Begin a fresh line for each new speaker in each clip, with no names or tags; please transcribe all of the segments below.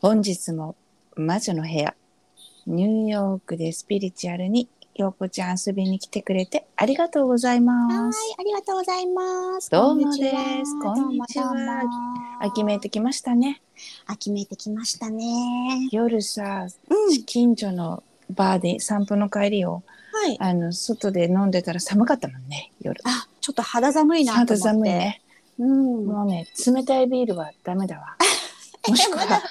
本日も魔女の部屋ニューヨークでスピリチュアルにようこちゃん遊びに来てくれてありがとうござい
は
ま
い
す。、
ありがとうございます。
どうも
こんにちは
ですこんにちは
どうもどうも
秋めいてきましたね。
秋めいてきましたね。
夜さ、
うん、
近所のバーで散歩の帰りを
はい。
あの外で飲んでたら寒かったもんね夜。
あ、ちょっと肌寒いなと思って。
肌寒い。ね。
うん。ま
もうね冷たいビールはダメだ わ。もしく
まだ
は
だ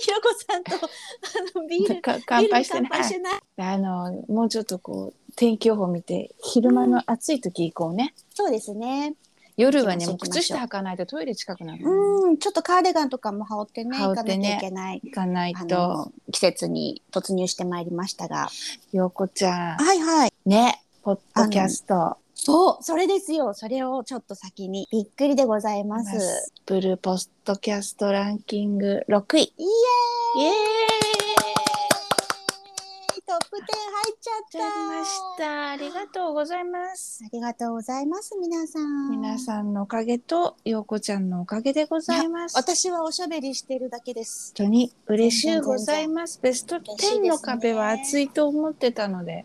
ひろこさんとあのビール
か 乾杯して
ビール乾
な
杯
い
して。ない。
あのもうちょっとこう天気予報見て昼間の暑い時行こうね、
そうですね。
夜はねも
行
う
きましょ
靴
う
下履かないとトイレ近くなる、
うん、ちょっとカーディガンとかも羽織ってね、
羽
行
織
か
っ
な
て
き
ね
ゃいけない。
行かない
あ
と
の季節に突入してまいりましたが、
陽子ちゃ
はいはい。
んねポッドキャスト
そう、それですよ。それをちょっと先にびっくりでございます。
ブルーポストキャストランキング6位イ
イエ
エーイ
トップ10入っちゃった
取りましたありがとうございます
ありがとうございます皆さん
皆さんのおかげと陽子ちゃんのおかげでございます本
私はおしゃべりしてるだけです
当に嬉しいございますベスト10の壁は厚いと思ってたので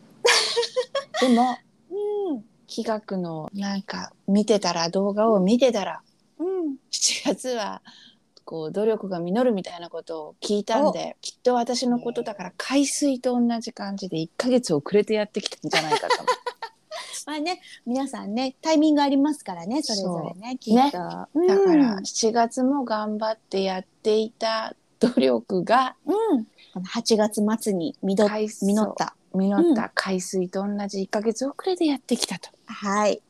でも
うん
企画のなんか見てたら動画を見てたら
うん
7月はこう努力が実るみたいなことを聞いたんできっと私のことだから海水と同じ感じで1ヶ月遅れてやってきたんじゃないかと思
まあね皆さんねタイミングありますからねそれぞれねきっと、
ね
うん
うだから7月も頑張ってやっていた努力が
うんこの8月末に実
海水
実った
実った海水と同じ1ヶ月遅れでやってきたと
はい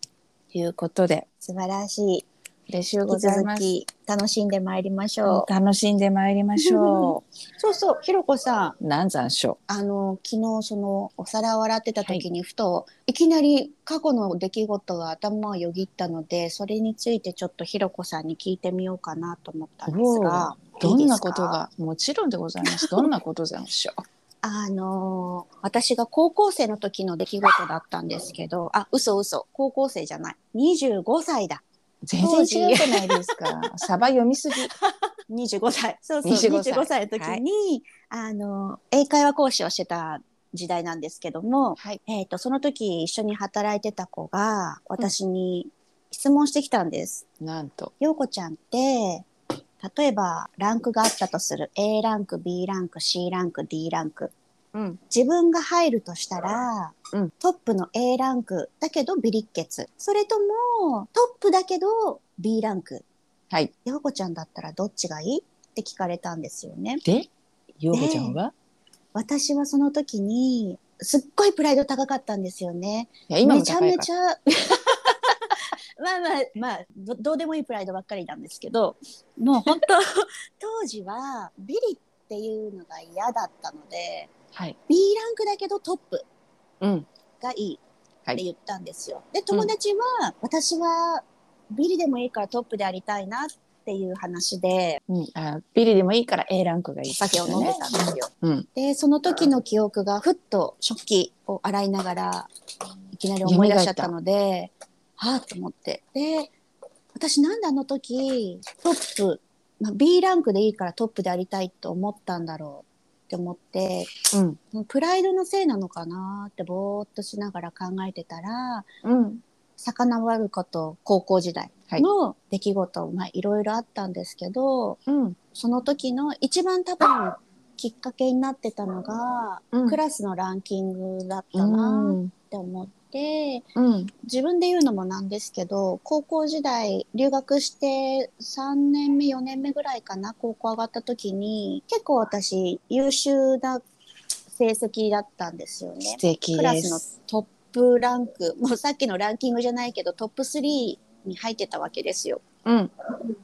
いうことで
素晴らしい
嬉しゅうご
引き
ざい
続
ます。
き楽しんでまいりましょう
楽しんでまいりましょ
そうそうひろこさ
う。
ん
南山賞
あの昨日そのお皿を洗ってた時にふと、い、きなり過去の出来事が頭をよぎったのでそれについてちょっとひろこさんに聞いてみようかなと思ったんですが
ど
いい
ん
で
な
すか
ことがもちろんでございます。どんなことでし ょう。
あのー私が高校生の時の出来事だったんですけどあ嘘嘘高校生じゃない25歳だ
全然違うじゃないですか。サバ読みすぎ。
25歳そうそう
25歳
25歳の時に、あのー英会話講師をしてた時代なんですけども、
はい。
えー、とその時一緒に働いてた子が私に質問してきたんです。
なんと。
陽子ちゃんって例えばランクがあったとする A ランク B ランク C ランク D ランク
うん。
自分が入るとしたら、
うん
トップの A ランクだけどビリッケツそれともトップだけど B ランク
はい。
陽子ちゃんだったらどっちがいいって聞かれたんですよね。
で、ヨーコちゃんは。
私はその時にすっごいプライド高かったんですよね。
いや、今も
めちゃ
高い
め
か
ちゃ まあまあまあどどうでもいいプライドばっかりなんですけどもう本 当当時はビリっていうのが嫌だったので
ら。はい。
B ランクだけどトップ
うん。
がいいって言ったんですよ。で友達は、私はビリでもいいからトップでありたいなっていう話で
うん。あ、ビリでもいいから、A ランクがいい。
お酒を飲んでたんですよ。
うん。
でその時の記憶がふっと食器を洗いながらいきなり思い出しちゃったのではあと思ってで私なんであの時トップ、まあ、B ランクでいいからトップでありたいと思ったんだろうって思って
うん。
もうプライドのせいなのかなってぼーっとしながら考えてたら
うん。
遡ること高校時代の出来事、まあいろいろあったんですけど
うん。
その時の一番多分きっかけになってたのが
うん
クラスのランキングだっ
う。
たなんって思って、
うん。
自分で言うのもなんですけど高校時代留学して3年目4年目ぐらいかな高校上がった時に結構私優秀な成績だったんですよね
素。敵
クラ
で
スの
す。
トップランクもうさっきのランキングじゃないけどトップ3に入ってたわけですよ。
うん。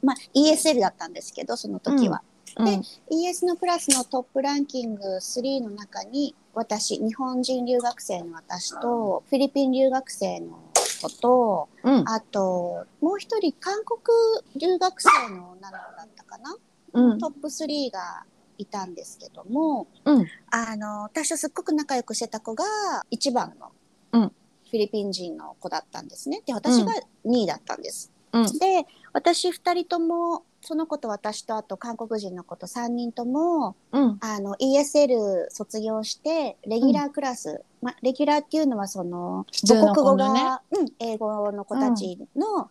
まあ ESL だったんですけどその時は。
うん。
ES のクラスのトップランキング3の中に私日本人留学生の私とフィリピン留学生の子と
うん。
あともう一人韓国留学生の女の子だったかな、
うん。
トップ3がいたんですけども、
うん
あの私とすっごく仲良くしてた子が1番の
うん
フィリピン人の子だったんですねで私が2位だったんです。
うん
で私2人ともその子と私とあと韓国人の子と3人とも、
うん。
あの、ESL 卒業して、レギュラークラス、ま、レギュラーっていうのはその、
普通
母
の
国
子
語
の
が、
ね
うん、英語の子たちの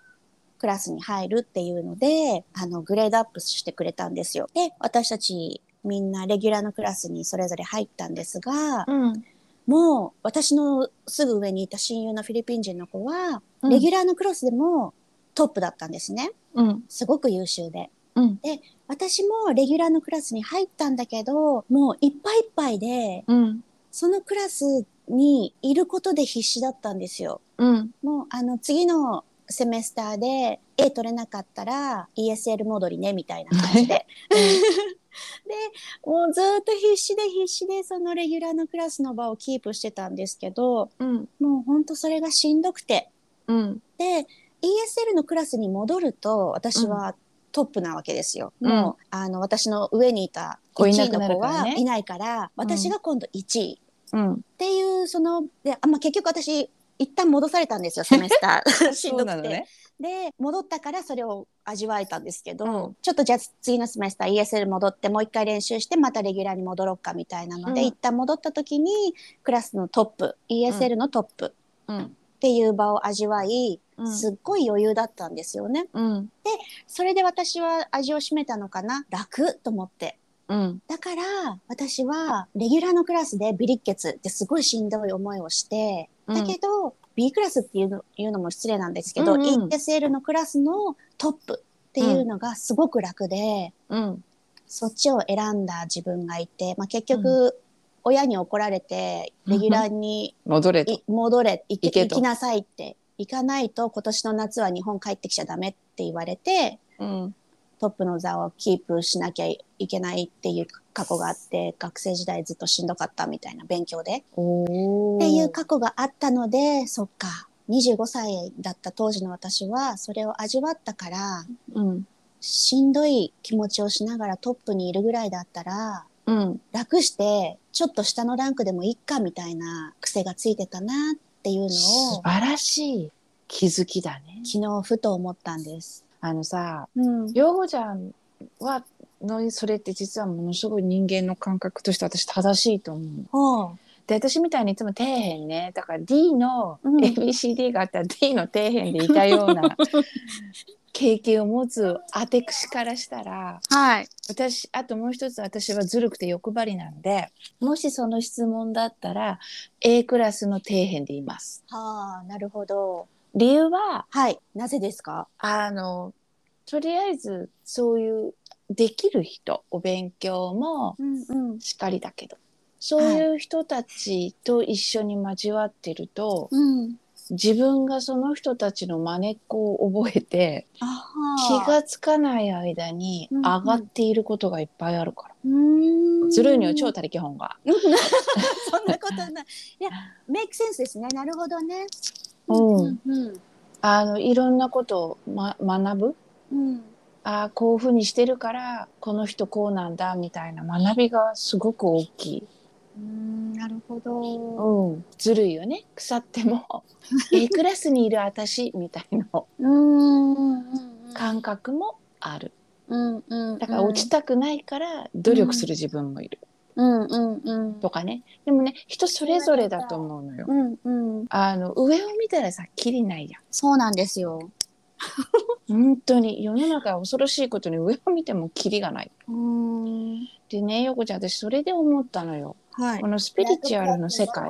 クラスに入るっていうので、あの、グレードアップしてくれたんですよ。で、私たちみんなレギュラーのクラスにそれぞれ入ったんですが、
うん。
もう私のすぐ上にいた親友のフィリピン人の子は、
うん
レギュラーのクラスでもトップだったんですね。
うん。
すごく優秀で。
うん。
私もレギュラーのクラスに入ったんだけど、もういっぱいいっぱいで、
うん。
そのクラスにいることで必死だったんですよ。
うん。
もうあの次のセメスターで A 取れなかったら ESL 戻りねみたいな感じで。で、もうずっと必死で必死でそのレギュラーのクラスの場をキープしてたんですけど、
うん。
もうほんとそれがしんどくて。
うん。
で、ESL のクラスに戻ると私はトップなわけですよ。
うん
もうあの私の上にいた
子
1
いな
位
く
の
なる
子
から
は
ね
いないから、私が今度1位。
うん。
っていうそのであ、まあ、結局私一旦戻されたん ですよセメスターしんどくて、。で戻ったからそれを味わえたんですけど、
うん。
ちょっとじゃあ次のセメスター ESL 戻ってもう一回練習してまたレギュラーに戻ろうかみたいなので、
うん
一旦戻った時にクラスのトップ ESL のトップ
うん。
っていう場を味わい、
うん。
すっごい余裕だったんですよね
うん。
それで私は味を占めたのかな楽と思って
うん。
だから私はレギュラーのクラスでビリッケツってすごいしんどい思いをしてだけど、B クラスっていうのいうのも失礼なんですけど、
うんうん
ESL のクラスのトップっていうのがすごく楽で、
うん。
そっちを選んだ自分がいて、まあ、結局、親に怒られてレギュラーに
戻れ
い戻れ行け
行け
行
と
きなさいって行かないと今年の夏は日本帰ってきちゃダメって言われて
うん。
トップの座をキープしなきゃいけないっていう過去があって学生時代ずっとしんどかったみたいな勉強で。
お
っていう過去があったので、そっか、25歳だった当時の私は、それを味わったから、
うん。
しんどい気持ちをしながらトップにいるぐらいだったら、
うん。
楽して、ちょっと下のランクでもいっかみたいな癖がついてたなっていうのを、
素
昨
晴らしい気づきだね。
日ふと思ったんです。
あのさ、
うん。
ヨゴちゃんはのそれって実はものすごい人間の感覚として私正しいと思う。
ほう。
で私みたいにいつも底辺ねだから D の
うん
ABCD があったら D の底辺でいたような経験を持つアテクシからしたら
はい。
私あともう一つ私はずるくて欲張りなんでもしその質問だったら A クラスの底辺でいます。
はあ、なるほど。
理由は
はい。なぜですか
あのとりあえずそういうできる人お勉強も
うんうん。
しかりだけどそういう人たちと一緒に交わってると、
うん。
自分がその人たちの真似っこを覚えて
あは
気がつかない間に
うんうん
上がっていることがいっぱいあるから、
うーん
ずるいのよ超他力本が、
そんなことない。いや、メイクセンスですね。なるほどね。
うん
うんうん
あのいろんなことを、ま、学ぶ
うん。
ああこういうふうにしてるからこの人こうなんだみたいな学びがすごく大きい、
うん、なるほど。
うん、ずるいよね腐って も A クラスにいる私みたいな
うんうん
感覚もある
うんうん。
だから落ちたくないから努力する自分もいる
うんうんうん。
とかねでもね人それぞれだと思うのよ
うんうん。
あの上を見たらさきりないやん
そうなんですよ。
本当に世の中は恐ろしいことに上を見てもきりがない
うん。
でねよこちゃん私それで思ったのよ
はい
こ。のスピリチュアルの世界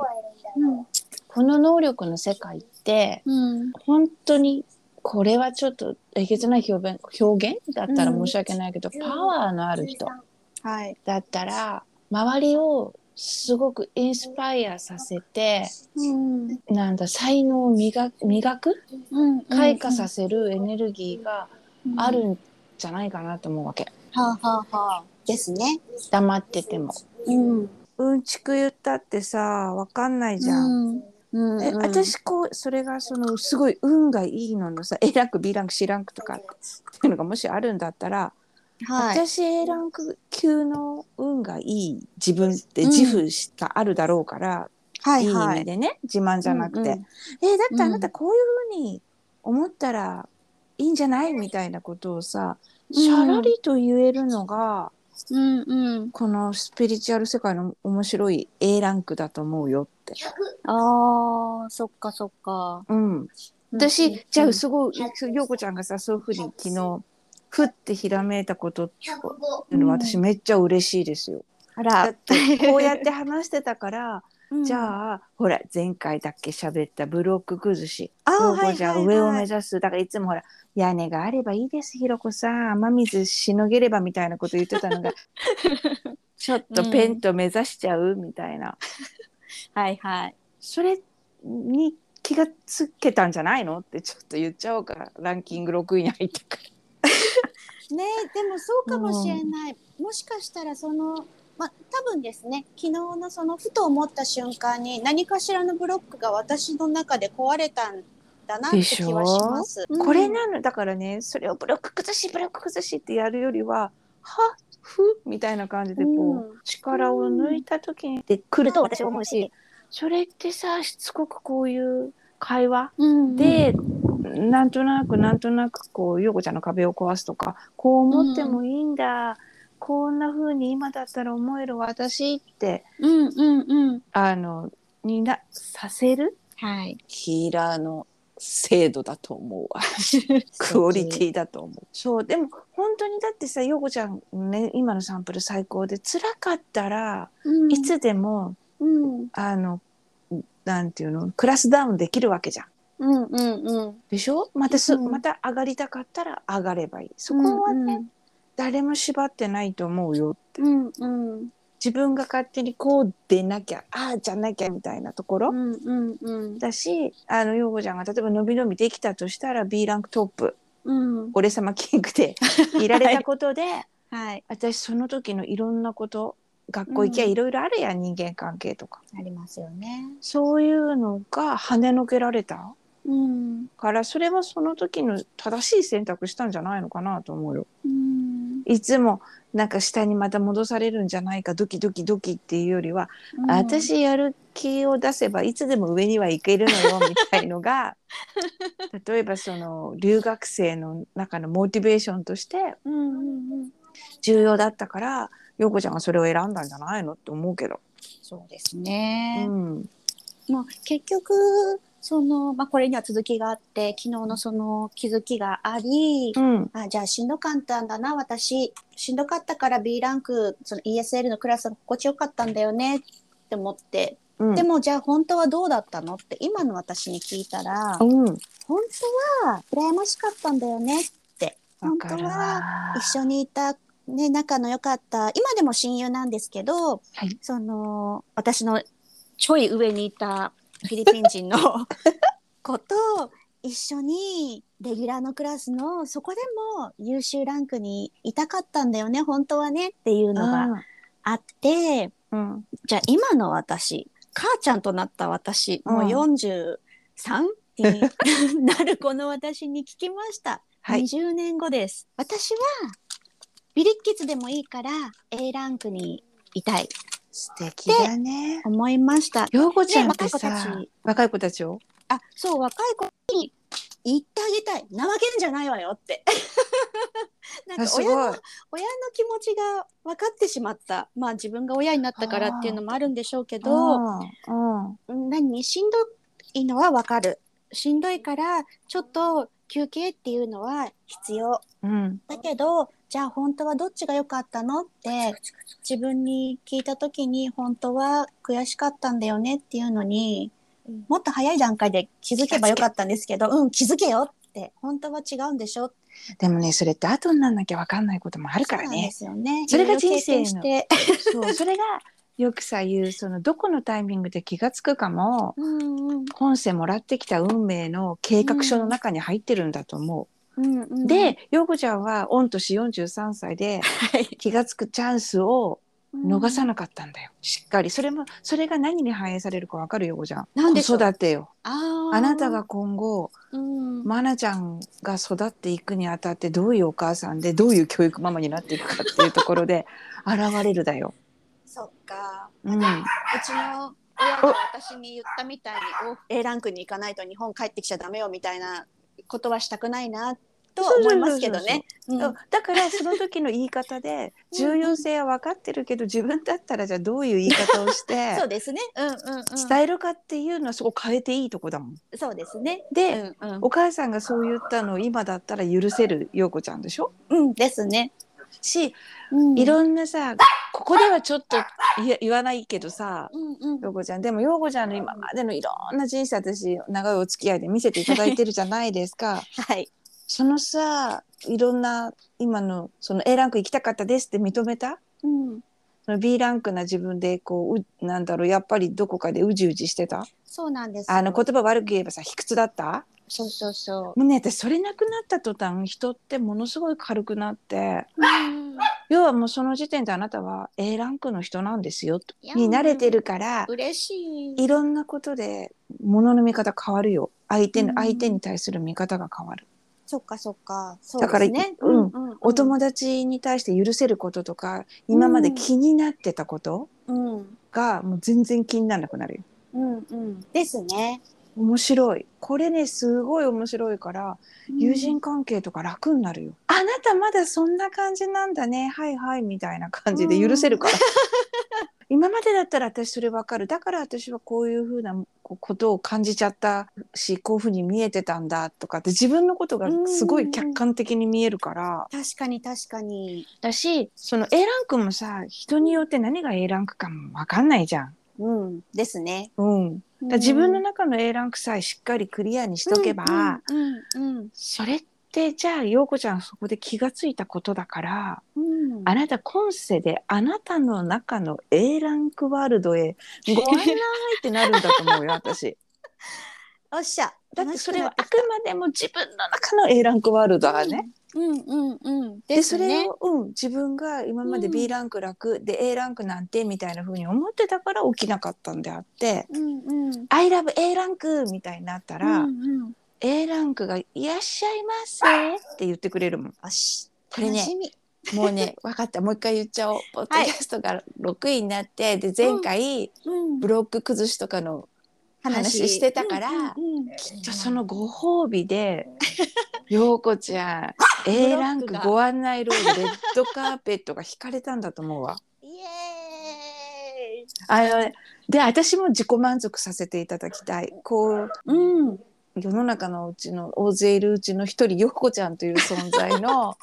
うん
この能力の世界って
うん。
本当にこれはちょっとえげつない表現表現だったら申し訳ないけど、
うん
パワーのある人
はい。
だったら周りをすごくインスパイアさせて
うん。
なんだ才能を磨磨く
うん。
開花させるエネルギーがあ。るんじゃないかなと思うわけ
はあ、はあはあ。ですね。
黙ってても
うん。
うんちく言ったってさわかんないじゃん、
うん。うん
え私こうそれがそのすごい運がいいののさ A ランク B ランク C ランクとかっていうのがもしあるんだったら、
はい。
私 A ランク級の運がいい自分って自負があるだろうから、
はい
いい意
は
味
い。
でね自慢じゃなくて、
うんうん
えだってあなたこういうふうに思ったらいいんじゃないみたいなことをさ
うん
しゃらりと言えるのが、
うんうん。
このスピリチュアル世界の面白い A ランクだと思うよって。
ああ、そっかそっか。
うん、
うん
私じゃあすごい陽子ちゃんがさそういうふうに昨日ふってひらめいたことっていうのは私めっちゃ嬉しいですよ。だ
あら
っ、てこうやって話してたからじ
あ、
ゃあほら前回だっけ喋ったブロック崩し
あー
陽子ちゃ
はい
ん
はいはい
上を目指すだからいつもほら屋根があればいいですひろこさん雨水しのげればみたいなこと言ってた のがちょっとペンと目指しちゃうみたいな、
はいはい。
それに気がつけたんじゃないのってちょっと言っちゃおうかランキング6位に入ったから。
ねでもそうかもしれない、もしかしたらそのまあ多分ですね昨日のそのふと思った瞬間に何かしらのブロックが私の中で壊れたんだなって
でし
気
ょ
はします。
これ
ね
なのだからねそれをブロック崩しブロック崩しってやるよりははふみたいな感じでこう、
うん
力を抜いた時にで来ると私は思うしそれってさしつこくこういう会話
うん、
で、なんとなくなんとなくこう陽子ちゃんの壁を壊すとかこう思ってもいいんだ、こんな風に今だったら思える私って
うんうんうん
あのになさせる
はい
ヒーラーの精度だと思うわクオリティだと思うそうでも本当にだってさ陽子ちゃんのね今のサンプル最高で辛かったら
うん
いつでも、
うん
あのなんていうのクラスダウンできるわけじゃん
うんうんうん
でしょまたす、
うん
また上がりたかったら上がればいいそこはね、誰も縛ってないと思うよって
うんうん
自分が勝手にこう出なきゃああじゃなきゃみたいなところ、
うんうんうん
だしあの陽子ちゃんが例えば伸び伸びできたとしたら B ランクトップ
うん
俺様キングでいられたこと で、
はい
私その時のいろんなこと学校行きゃ
うん
いろいろあるやん、人間関係とか
ありますよね
そういうのが跳ねのけられた
うん
からそれはその時の正しい選択したんじゃないのかなと思うよ。
うん
いつもなんか下にまた戻されるんじゃないかドキドキドキっていうよりは、私やる気を出せばいつでも上には行けるの よみたいのが例えばその留学生の中のモチベーションとして
うんうんうん
重要だったから陽子ちゃんがそれを選んだんじゃないのって思うけど。
そうですね
う。ん
まあ結局そのまあこれには続きがあって昨日のその気づきがあり、
うん
あじゃあしんどかったんだな私しんどかったから B ランクその ESL のクラスが心地よかったんだよねって思って、
うん
でもじゃあ本当はどうだったのって今の私に聞いたら、
うん、
本当は羨ましかったんだよねって
わ
本
か
当
る
は
わ
一緒にいた、ね、仲の良かった今でも親友なんですけど、
はい
その私のちょい上にいたフィリピン人 の子と一緒にレギュラーのクラスのそこでも優秀ランクにいたかったんだよね本当はねっていうのがあって
うん
じゃあ今の私母ちゃんとなった私もう
うん
43になるこの私に聞きました。
はい、
20年後です。私はビリッキツでもいいから A ランクにいたい
素敵だね。
思いました。
陽子ちゃんって
ね若い子た
さ、
ち
若い子たちを
あ、そう若い子に言ってあげたい。なわけんじゃないわよって。 なん
あ
か
す
親の
ごい
親の気持ちが分かってしまった。まあ自分が親になったからっていうのもあるんでしょうけど、
うんうん
何しんどいのは分かる。しんどいからちょっと休憩っていうのは必要。
うん
だけどじゃあ本当はどっちが良かったのって自分に聞いた時に本当は悔しかったんだよねっていうのにもっと早い段階で気づけばよかったんですけどうん気づけよって本当は違うんでしょ
でもねそれって後にならなきゃ分かんないこともあるから
そうなんで
ね。
すよね
それが
いろいろ経験
人
して、
そうそれがよくさ言うそのどこのタイミングで気がつくかも
うんうん
本世もらってきた運命の計画書の中に入ってるんだと思
うんう
う。
ん、
で陽子ちゃんは御年43歳で
はい
気がつくチャンスを逃さ
い、
なかったんだよ、しっかりそれもそれが何に反映されるか分かるよ陽子ちゃん。
なんでし
子
ょう
育てよ
あー
あなたが、今後
うん、
マナちゃんが育っていくにあたってどういうお母さんでどういう教育ママになっていくかっていうところで 現れるだよ。
そっか
うん、
うちの親が私に言ったみたいに A ランクに行かないと日本帰ってきちゃダメよみたいなことはしたくないなとは思いますけどね。うん
そうだからその時の言い方で
うん
重要性は分かってるけど自分だったらじゃあどういう言い方をして
そうですね。うんうんうん。
伝えるかっていうのはそこ変えていいとこだもん。
そうですね。う
で、
んうん
お母さんがそう言ったのを今だったら許せる陽子ちゃんでしょ
うんですね。
し
うん
いろんなさここではちょっと言え言わないけどさ
うんうん
陽子ちゃんでも陽子ちゃんの今までのいろんな人生私長いお付き合いで見せていただいてるじゃないです か。
はい。
そのさいろんな今のその A ランク行きたかったですって認めた
うん。
その B ランクな自分でこううなんだろうやっぱりどこかでうじうじしてた
そうなんですよ。
あの言葉悪く言えばさ卑屈だった
そうそうそ
もうね私それなくなった途端人ってものすごい軽くなって
う。うん
要はもうその時点であなたは A ランクの人なんですよと
いや
に慣れてるから
嬉しい。
いろんなことで物の見方変わるよ相手の、
うん
相手に対する見方が変わる。
そっかそっか。そう
だから
ですね。
うん
うん
お友達に対して許せることとか今まで気になってたこと
うん
がもう全然気にならなくなるよ。
うんうん。ですね。
面白いこれねすごい面白いから友人関係とか楽になるよ、あなたまだそんな感じなんだねはいはいみたいな感じで許せるから、今までだったら私それわかるだから私はこういうふうなこうことを感じちゃったしこういうふうに見えてたんだとかって自分のことがすごい客観的に見えるから、
確かに確かに。
だしその A ランクもさ人によって何が A ランクかも分かんないじゃん。
うん。ですね。
うん、だから自分の中の A ランクさえしっかりクリアにしとけば、
うんうん
それってじゃあ陽子ちゃんそこで気がついたことだから
うんうん。
あなた今世であなたの中の A ランクワールドへご案内ってなるんだと 思うよ私。
おっしゃ。
だってそれは
楽
あ
し
くまでも自分の中の A ランクワールド
くな
だ
ってきた
ね。。
うんうんうん。
で
です
そ
ね
れを、うん、自分が今まで
うん
B ランク楽、で A ランクなんてみたいな風に思ってたから起きなかったんであって
うんうん
「I love A ランク」みたいになったら、
うんうん
A ランクが「いらっしゃいませ」って言ってくれるもん。
よし。
これね
楽しみ
もうね分かったもう一回言っちゃおうポッドキャストが6位になって、で前回
うん
ブロック崩しとかの話してたから
うんうんうん
じゃあそのご褒美 で陽子ちゃん A ランク
ブロックが
ご案内ロールレッドカーペットが引かれたんだと思うわ。
イエーイ。
あのねで私も自己満足させていただきたいこう
うん。
世の中のうちの大勢いるうちの一人よこちゃんという存在の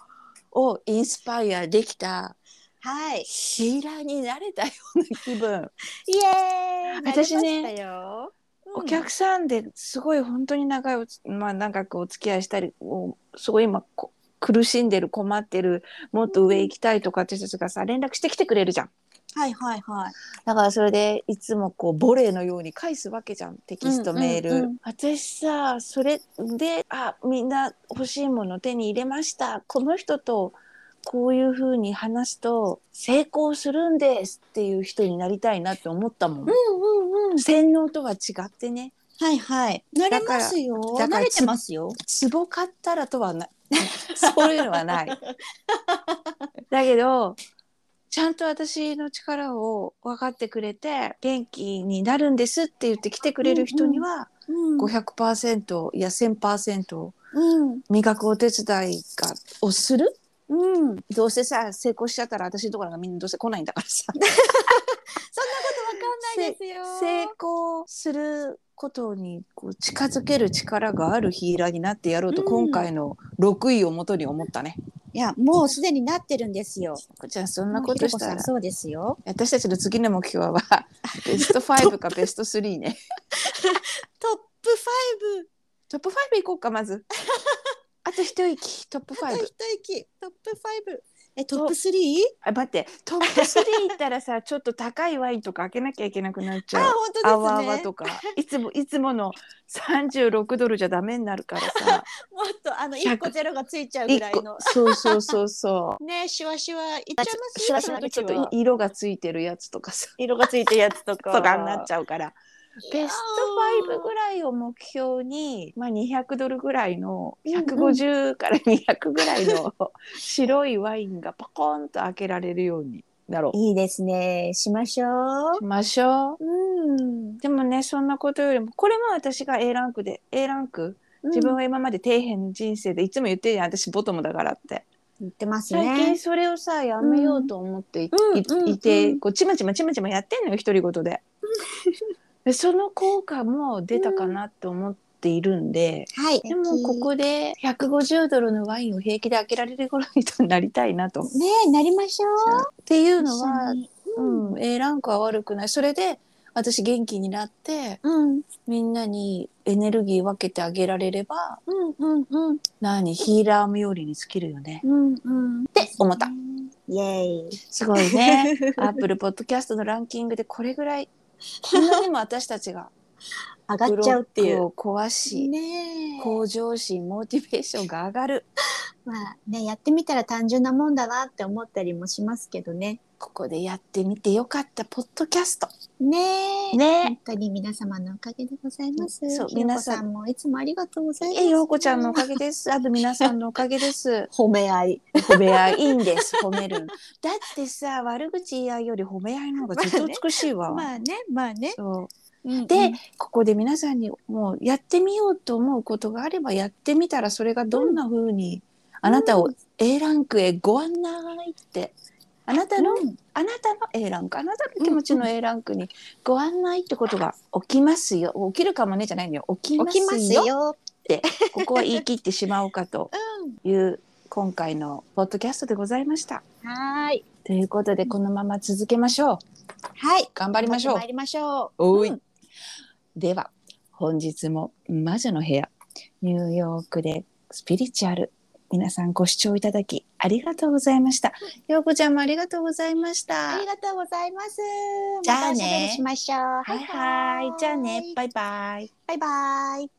をインスパイアできた
はい。
ヒーラーになれたような気分、
イエーイ。
私ね
なりましたよ。うん
お客さんですごい本当に長いおつ、まあ、長くお付き合いしたりおすごい今こ苦しんでる困ってるもっと上行きたいとかって人たちがさ連絡してきてくれるじゃん
はいはいはい。
だからそれでいつもこうボレーのように返すわけじゃんテキスト
うんうんうん
メール、私さそれであみんな欲しいもの手に入れましたこの人とこういうふうに話すと成功するんですっていう人になりたいなって思ったもん、
うんうんうん。
洗脳とは違ってね
はいはい。慣れますよ。
だから
慣れてますよ。
壺買ったらとはなそういうのは ない。だけどちゃんと私の力を分かってくれて元気になるんですって言って来てくれる人には
うん
500%いや1000%
うん
磨くお手伝いがをする
うん。
どうせさ成功しちゃったら私のところがみんなどうせ来ないんだから さ
わかんないですよ。
成功することにこう近づける力があるヒーラーになってやろうと
うん
今回の6位をもとに思ったね。
いや、もうすでになってるんですよ。
こちゃんそんなことし
もうひろこ
た
さん
ら
そうですよ。
私たちの次の目標 はベスト5かベスト3ね
トップ5。
トップ5いこうかまず あと一息トップ
あと
5
一息。トップ5。え、トップ 3?
あ待ってトップ3いったらさ ちょっと高いワインとか開けなきゃいけなくなっち
あ、
ゃう
本当ですね。
あわあわとかいつもいつもの36ドルじゃダメになるから さ
もっとあの
100
一個ゼロがついちゃうぐ
一
らい
個
の。
そうそうそうそ
ね、シワシワいっちゃ
う
います
しわしわのちょっと色がついてるやつとかさ
色がついてるやつとか
とかになっちゃうからベスト5
ら
ぐらいを目標に、まあ、200ドルぐらいの
うんうん
150から200ぐらいの 白いワインがパコーンと開けられるようになろう。
いいですね。しましょう。
しましょう。
うん。
でもねそんなことよりもこれも私が A ランクで A ランク自分は今まで底辺人生でいつも言ってるやん私ボトムだからって
言ってます
最近
ね。
それをさやめようと思ってい,い、
うん
い
うん
いて、
うん
こうちまちまちまちまやってんのよ独り言 ででその効果も出たかなと思っているんで、
はい。
でもここで150ドルのワインを平気で開けられる頃になりたいなと。っ
ねえなりましょう。
ていうの
一緒
は、
に
うん、A ランクは悪くないそれで私元気になって
うん
みんなにエネルギー分けてあげられれば
うんうんうん
何ヒーラー冥利に尽きるよね。
うんうん。
って思った。
イエーイ。
すごいね。アップルポッドキャストのランキングでこれぐらいこんなにも私たちが
上
ブ
がっ
ロ
ちゃう
ッ
ってい
ク
う。
を壊し、
ねえ。
向上心モチベーションが上がる
まあねやってみたら単純なもんだなって思ったりもしますけどね。
ここでやってみてよかったポッドキャスト。
ねえ。
ね
本当に皆様のおかげでございます。
そう
ひろこ
皆さ
さんもいつもありがとうございます。
え、ようこちゃんのおかげです。あと皆さんのおかげです。
褒め合い。
褒め合い、いいんです。 褒める。だってさ、悪口言い合いより褒め合いの方がずっと美しいわ。
まあねまあね。
そう
で、
で、ここで皆さんにもうやってみようと思うことがあればやってみたらそれがどんな風にあなたを A ランクへご案内ってあなたの、
うん
あなたの A ランクあなたの気持ちの A ランクにご案内ってことが起きますよ起きるかもねじゃないのよ起き
起きま
ますすよ
よ。
ここは言い切ってしまおうかという今回のポッドキャストでございました。
はーい。
ということでこのまま続けましょう。
はい。
頑張りましょう
頑張って参。りましょう。
お
う
い。では本日も魔女の部屋ニューヨークでスピリチュアル皆さんご視聴いただきありがとうございました。ようこちゃんもありがとうございまし
あ
た
り。がとうございます。
じゃあね
またおしゃべりしましょう。
はいはい。じゃあね。バイバイ。
バイバイ。